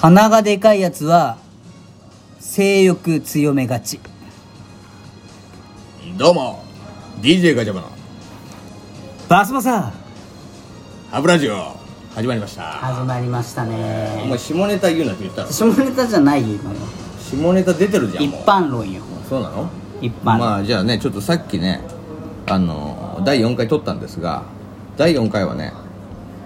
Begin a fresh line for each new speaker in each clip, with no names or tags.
鼻がでかいやつは性欲強めがち
どうも DJ ガチャバの
バスボさん
ハブラジオ始まりました
始まりました
お
ね
前下ネタ言うなって言ったら
下ネタじゃないよ今の
下ネタ出てるじゃん
一
もう
般論よ
そうなの
一般論、
まあじゃあねちょっとさっきねあの第4回撮ったんですが第4回はね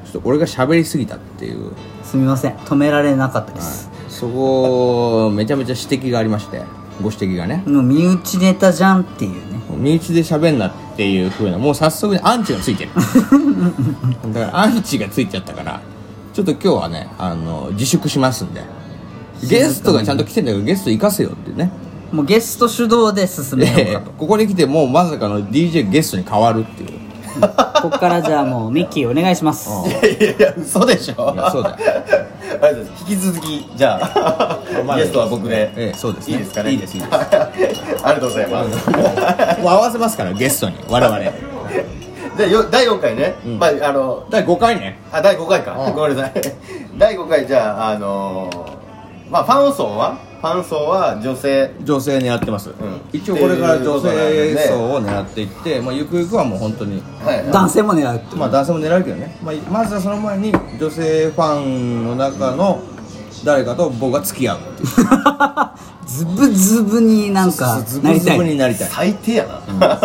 ちょっと俺が喋りすぎたっていう
すみません止められなかったです、
そこめちゃめちゃ指摘がありましてご指摘がね
もう身内ネタじゃんっていうね
身内で喋んなっていうふうなもう早速ねアンチがつい てるだからアンチがついちゃったからちょっと今日はねあの自粛しますんでゲストがちゃんと来てんだけどゲスト行かせよってね
もうゲスト主導で進めようかと
ここに来てもうまさかの DJ ゲストに変わるっていう
こっからじゃあもうミッキーお願いします
いやいや嘘でしょ
いやそうだよ
ありがとうござい ます引き続きじゃ あゲストは僕で、
ええそうですね
いいですかね
いいですいいです
ありがとうございま す
もう合わせますからゲストに我 々
でよ第4回ね、まああの
第5回ね
あ第5回か、
うん
ごめんなさい 第5回じゃああのーまあファン層はファン層は女性
女性狙ってます、
ん
一応これから女性層を狙っていって、まあ、ゆくゆくはもう本当に
はい
男性も狙 う
まあ男性も狙うけどね、まあ、まずはその前に女性ファンの中の誰かと僕が付き合うっていう
ズブズブになんか
ズ
な
ブ
りた
ズ
い
ブになりたい
最低やな、
ま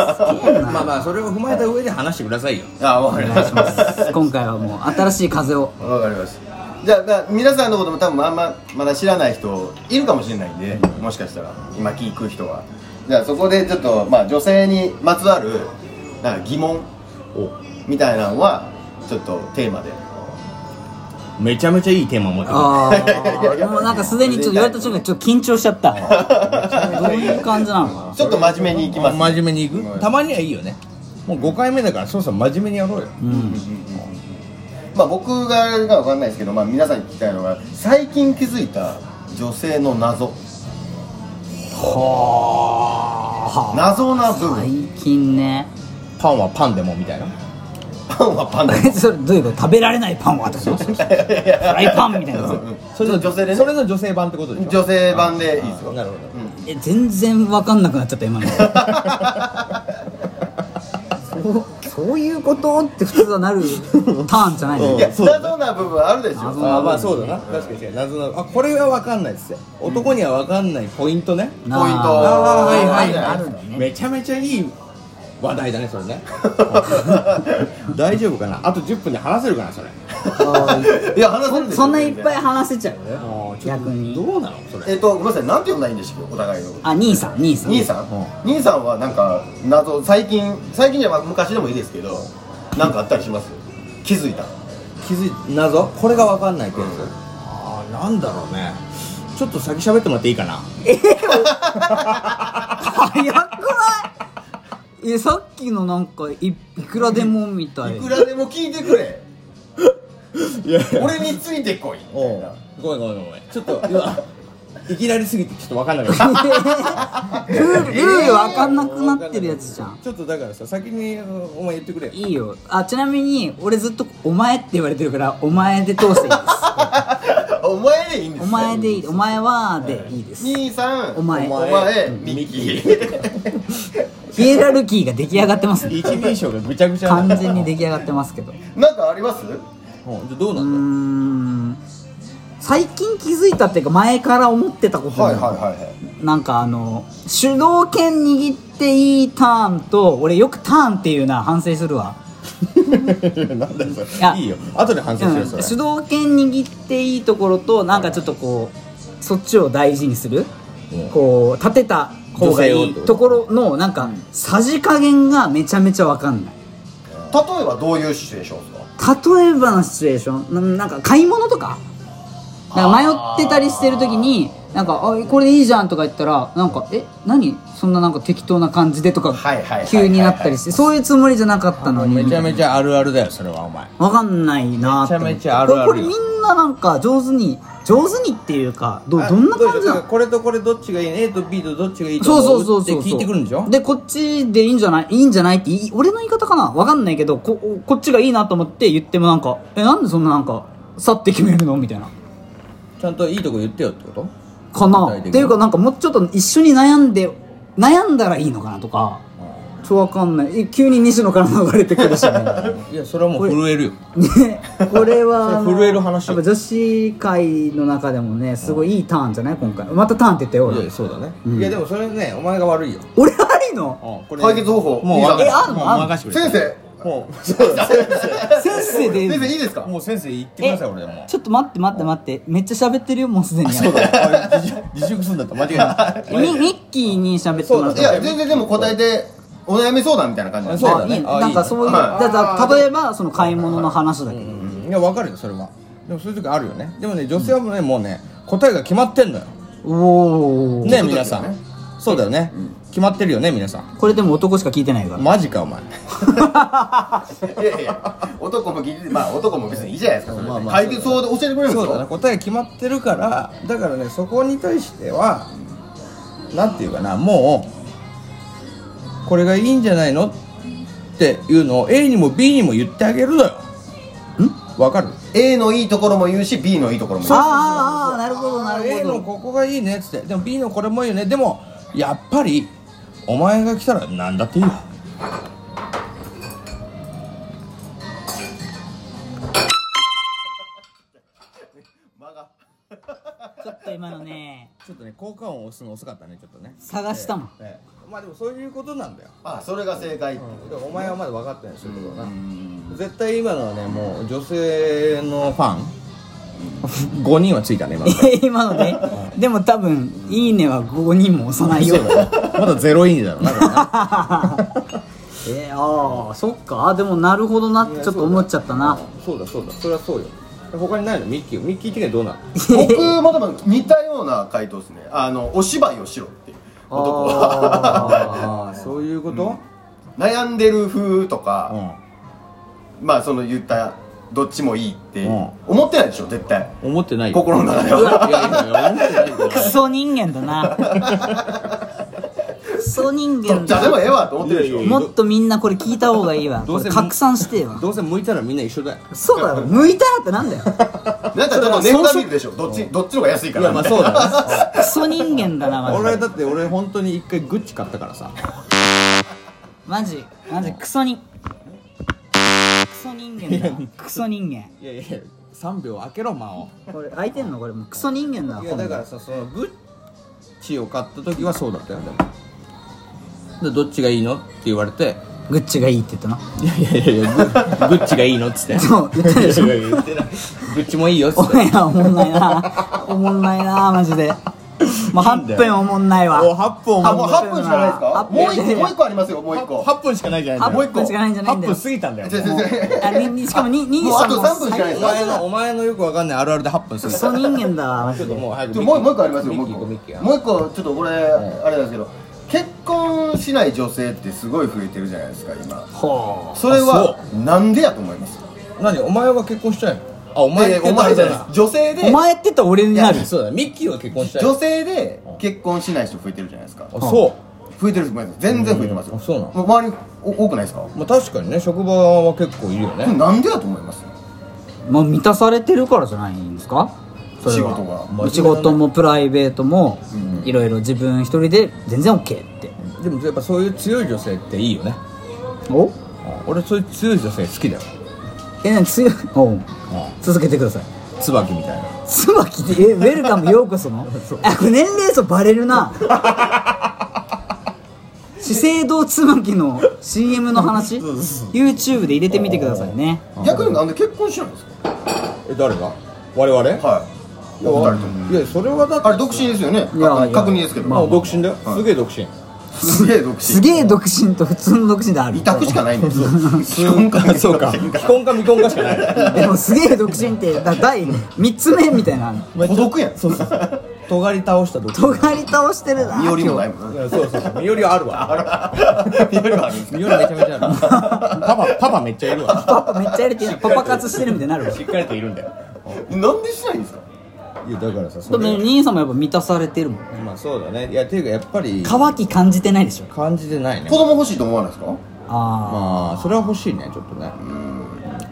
あまあそれを踏まえた上で話してくださいよ
あわかりました
今回はもう新しい風を
わかりましたじゃあまあ皆さんのことも多分あんままだ知らない人いるかもしれないんでもしかしたら今聞く人はじゃあそこでちょっと、まあ、女性にまつわるなんか疑問みたいなのはちょっとテーマで
めちゃめちゃいいテーマ持って
あ
いやい
あ
や
もうなんかすでにちょっと言われた瞬間ちょっと緊張しちゃったどういう感じなのかな
ちょっと真面目にいきます
真面目にいく、たまにはいいよねもう5回目だからそろそろ真面目にやろうよ
うん
まあ、僕があれかわかんないですけど、まあ、皆さんに聞きたいのが最近気づいた女性の謎
はあ
謎な部
最
分
近ね
パンはパンでもみたいな
パンはパンだ
それどういうこと食べられないパンは私フライパンみたいなやつ
それの
女性でね
それの女性版ってことでしょ
女性版でいいですよ
なるほど
え全然わかんなくなっちゃった今のそうそういうことって普通はなるターンじゃないの
いや謎な部分あるでしょ
謎
ああまあそうだな確かに違う謎のあこれは分かんないっすよ男には分かんないポイントね
な
ポイント
あーはいはい
あるのね
めちゃめちゃいい話題だねそれね 大丈夫かなあと10分で話せるかなそれ
いや話せる
そ
でしょ
そんないっぱい
全
話せちゃう逆
ど
に
うなのそれ
然えっとごめんなさいなんて呼んだらいいんでしょうお互いの
あ兄さん兄さん
兄さん兄さんはなんか謎最近最近じゃまあ昔でもいいですけどなんかあったりします気づいた
気づい謎これが分かんないってやつああなんだろうねちょっと先喋ってもらっていいかな
早くないえさっきのなんかいいくらでもみたい
いくらでも聞いてくれ
いや
俺についてこいみた
お
いうな
ごめんごめんごめんちょっと今いきなりすぎてちょっと分かんなかった
ルールルール分かんなくなってるやつじゃん
ちょっとだからさ先にお前言ってくれよ
いいよあちなみに俺ずっと「お前」って言われてるから「お前」で通していいです
お前でいいんです
お
ね
前でいい「お前は」でいいです
兄さん
お前
お前
うん
ミキ
ヒエラルキーが出来上がってますね
一人称がぐちゃぐちゃ
完全に出来上がってますけ どう
なんかあります
うんじゃあどうな
ー
んだ
ん最近気づいたっていうか前から思ってたことなの
はい
なんかあの主導権握っていいターンと俺よくターンっていうな反省するわ
よなんだよ
い
そ
や
れいいよ後で反省し
うん
ろ
主
そ
導
れ
権握っていいところとなんかちょっとこうそっちを大事にする、
うん
こう立てた方がい
女性を
い
ってこと
ところのなんかさじ加減がめちゃめちゃわかんない
例えばどういうシチュエーションですか
例えばのシチュエーションななんか買い物とかなんか迷ってたりしてる時になんか「あこれいいじゃん」とか言ったらなんか「え何そんななんか適当な感じで」とか
はいはいはいはい
急になったりしてそういうつもりじゃなかったのに
めちゃめちゃあるあるだよそれはお前
わかんないなって思って
めちゃめちゃあるあるよ
これこれみんななんか上手に上手にっていうかどどんな感じなの
これとこれどっちがいい A と B とどっちがいい
そうそうそうそう
って聞いてくるんでしょ
でこっちでいいんじゃないいいんじゃないってい俺の言い方かなわかんないけどここっちがいいなと思って言ってもなんかえなんでそんななんか去って決めるのみたいな
ちゃんといいとこ言ってよってこと
か
具
な
体的に
っていうかなんかもうちょっと一緒に悩んで悩んだらいいのかなとかちょわかんないえ急に西野から流れてくる しね
いやそれはもう震えるよ
ねこれはあの
それ震える話
やっぱ女子会の中でもねすごいいいターンじゃない今回またターンって言ったよ
いや
俺
そうだね、いやでもそれねお前が悪いよ、
俺悪いの
うん、こ
解決方法
もう
いい
わか
え
あんの
もう
あんの
任せてくれ
先生
もう
先生で
先生いいですか
もう先生言ってください俺もう
ちょっと待って待って待ってめっちゃ喋ってるよもうすでに
そうだ自粛自粛するんだったら間違
ミ
い ない
ミッキーに喋ってもらっ
い
た
や全然でも答えてお悩み相談みたいな感じなんで
そうだ
あ
ね
いい
あ
なんかそういう、
はい
だから例えばその買い物の話だけど、
うんいや分かるよそれはでもそういう時あるよねでもね女性はもうね、もうね答えが決まってんのよ
おお、
ね
そういう時はね
皆さんそうだよね、決まってるよね皆さん
これでも男しか聞いてないから
マジかお前
いやいや男も聞いてまあ男も別にいいじゃないですかそれ
まあまあ
解決法で教えてくれるんです
そうだね
よ
答え決まってるからだからねそこに対してはなんていうかなもうこれがいいんじゃないのっていうのを A にも B にも言ってあげるのよんわかる
A のいいところも言うし B のいいところも言う
あーあーあーなるほどなる
A の
ほど
ここがいいねっつってでも B のこれもいいよねでもやっぱりお前が来たら何だっていいよ
ちょっと今のね
ちょっとね効果音を押すの遅かったねちょっとね
探したもん、
ええまあでもそういうことなんだよ
あそれが正解
だからお前はまだ分かってないそういうことが絶対今のはねもう女性のファン5人はついたね今の
今のねでも多分「いいね」は5人も押さないよ
まだゼロインだろうな これな
えー、ああそっかあでもなるほどなってちょっと思っちゃったな
そうだそうだそれはそうよ他にないのミッキーミッキー的にはどうなの
僕も多分似たような回答ですねあのお芝居をしろっていう男は
ああ そういうこと
悩んでる風と
う
か、
ん
まあその言ったどっちもいいって
うん
思ってないでしょ絶対
思ってないよ
心の中では
いやいやいや思ってないよ
クソ人間だなクソ人
どっ
間
ちで
だ
もええわと思ってるでしょ
いやいや
もっとみんなこれ聞いた方がいいわ
どう
こ
せ
れ拡散してえわ
どうせ向いたらみんな一緒だよ
そうだよ向いたらってなんだよ
なんかちょっと値札見るでしょどっちどっちの方が安いか
い
ら
やまあそうだ ね
クソ人間だなマ
俺
ジで
だって俺本当に一回グッチ買ったからさ
マジマジクソにクソ人間だなクソ人間
いやいや3秒開けろ間を
これ開いてんのこれもうクソ人間だ
いやだからさそのグッチを買った時はそうだったよでもでどっちがいいのって言われて
グッチがいいって言ったない
やいやいやグ グッチがいいのっつって
そう言ったでしょ
いやいや言ってないグッチもいいよっつ
お
って
前らおもんないなおもんないなマジでもう8分おもんないわ
お8分
あも
も
う8分しかないですかもう一個もう一個ありますよもう一個
う8分しかないじゃないんだ
8
よ
分しかないんじゃないんだよ
8分過ぎたんだよ
違う違う違う
あににしかも2に
もうあと3分しかない
お
です
前のお前のよくわかんないあるあるで8分過
ク
ぎ
ソ
た
人間だわマ
ちょ
ジ
っと
で
もう早く
ちょもうもう一個ありますよ
ミ
も
ッ
う
キー行
一個
こうミッキー
もう一個ちょっとこれあれなんですけど結婚しない女性ってすごい増えてるじゃないですか今
ほ
それは
あ
なんでやと思います
何お前は結婚したいのあお
いやい
前
やお前じゃないです女性
うお
で
前って言ったら俺になる
そうだねミッキーは結婚したい
女性で結婚しない人増えてるじゃないですか
あそう
増えてるごめんなさい全然増えてま
う
す
ん
よ
あそうなの
も周りお多くないですか
まあ、確かにね職場は結構いるよね、
なんでやと思います
もう満たされてるからじゃないんですかそれは
仕事が
もう仕事もプライベートもいろいろ自分一人で全然 OK って
でもやっぱそういう強い女性っていいよね
お
俺そういう強い女性好きだよ
えなに強いおう
う
続けてください
ん椿みたいな
椿でえウェルカムようこそのあこれ年齢層バレる な資生堂椿の CM の話 YouTube で入れてみてくださいね
逆になんで結婚しないんです
え誰が我々
かはいい
や
や
わ
二人とも
いやそれはだって
あれ独身ですよね
いやいや
確認ですけど
まあ独身だよ、
はい
すげえ独身
すげえ独身
すげえ独身と普通の独身である
委託しかない んですよ 既婚か
あそうか
未
既婚
婚か
か未婚かしかない
でもすげえ独身ってだ第3つ目みたいな
孤独やん
そうそうそう尖り倒した独身
尖り倒してるな
身寄りもないもん
い
ね
やそうそうそう身寄りはあるわ
身寄りはあるんです
身寄りめちゃめちゃあるパパパパめっちゃいるわ
パパめっちゃやれてるパパ活してるみたいになるわ
しっかりといるんだよ
かなんでしないんですか
いやだからさ
で
そ
も
れ
兄さんもやっぱ満たされてるもん
まあそうだねいやていうかやっぱり
乾き感じてないでしょ
感じてないね
子供欲しいと思わないですか
あ
まあそれは欲しいねちょっとね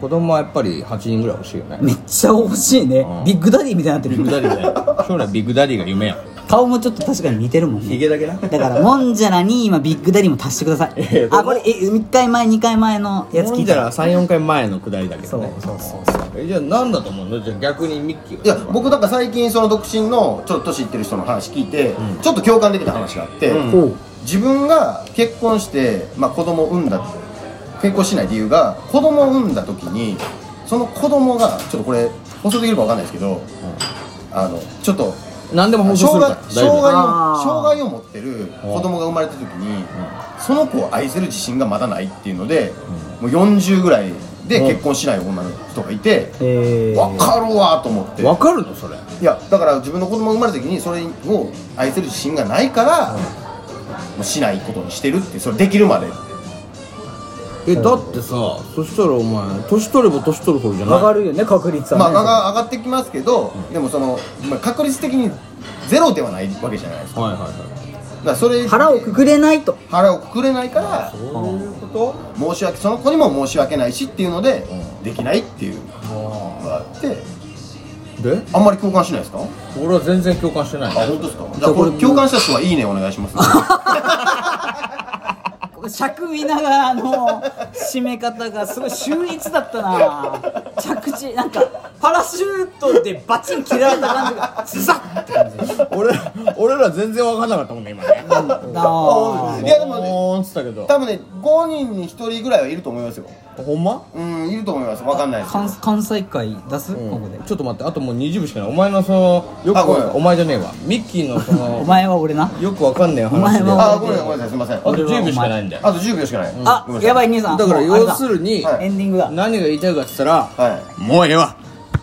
子供はやっぱり8人ぐらい欲しいよね
めっちゃ欲しいね
うん
ビッグダディみたいになって
ビッグ
る
ダディだよ将来ビッグダディが夢や
顔もちょっと確かに似てるもんね
ヒゲだけな
だからモンジャラに今ビッグダディも足してくださ
いやい
い
や
あこれえ1回前2回前のやつ
も
聞
ん
い
じ
た
ゃら34回前のくだりだけどね
そうそう
えじゃあ何だと思うのじゃあ逆にミッキーはい
や僕だから最近その独身のちょっと年いってる人の話聞いて、ちょっと共感できた話があって、
うん
ほう
自分が結婚して、まあ、子供を産んだ結婚しない理由が子供を産んだ時にその子供がちょっとこれ放送できるかわかんないですけど、あのちょっと
何でも放送す
障
るか
害
ら大
障害を
丈夫
あー
障害を持ってる子供が生まれた時に、その子を愛せる自信がまだないっていうので、もう40ぐらいで結婚しない女の人がいて、
え
わかるわと思って
わかるのそれ
いやだから自分の子供が生まれた時にそれを愛せる自信がないから、もうしないことにしてるってそれできるまで
えだってさそしたらお前年取れば年取るほどじゃない
上がるよね確率はね
まあ上が上がってきますけど、でもその、まあ、確率的にゼロではないわけじゃないですか
はいはいはい
だからそれ
腹をくくれないと
腹をくくれないから
そういうこと
申し訳その子にも申し訳ないしっていうので、できないっていうのがあって
で
あんまり共感しないですかあ
俺は全然共感してないね
本当ですかじゃあこれ共感した人はいいねお願いし ます
尺見ながらの締め方がすごい秀逸だったな着地なんかパラシュートでバチン切られた感じがズザッって感じ
俺俺ら全然分かんなかったもんね今ね
だない
やでもね
おーんっつったけど
多分ね5人に1人ぐらいはいると思いますよ
ほんま
うんいると思いますわかんないです
関関西会出す、
うん
ここで
ちょっと待ってあともう20分しかないお前のそのよく
あごめん
お前じゃねえわミッキーのそ
お
の
前は俺な、
よくわかんねえ
お前
話で
は
あ
あごめんなさいごめんなさいすいませんあ
と10分しかないんだよ
と10秒しかない、
あやばい兄さん
だから
もうあれ
要するに
はい
エンディングだ
何が言いたいかって言ったら
はい
もうええわ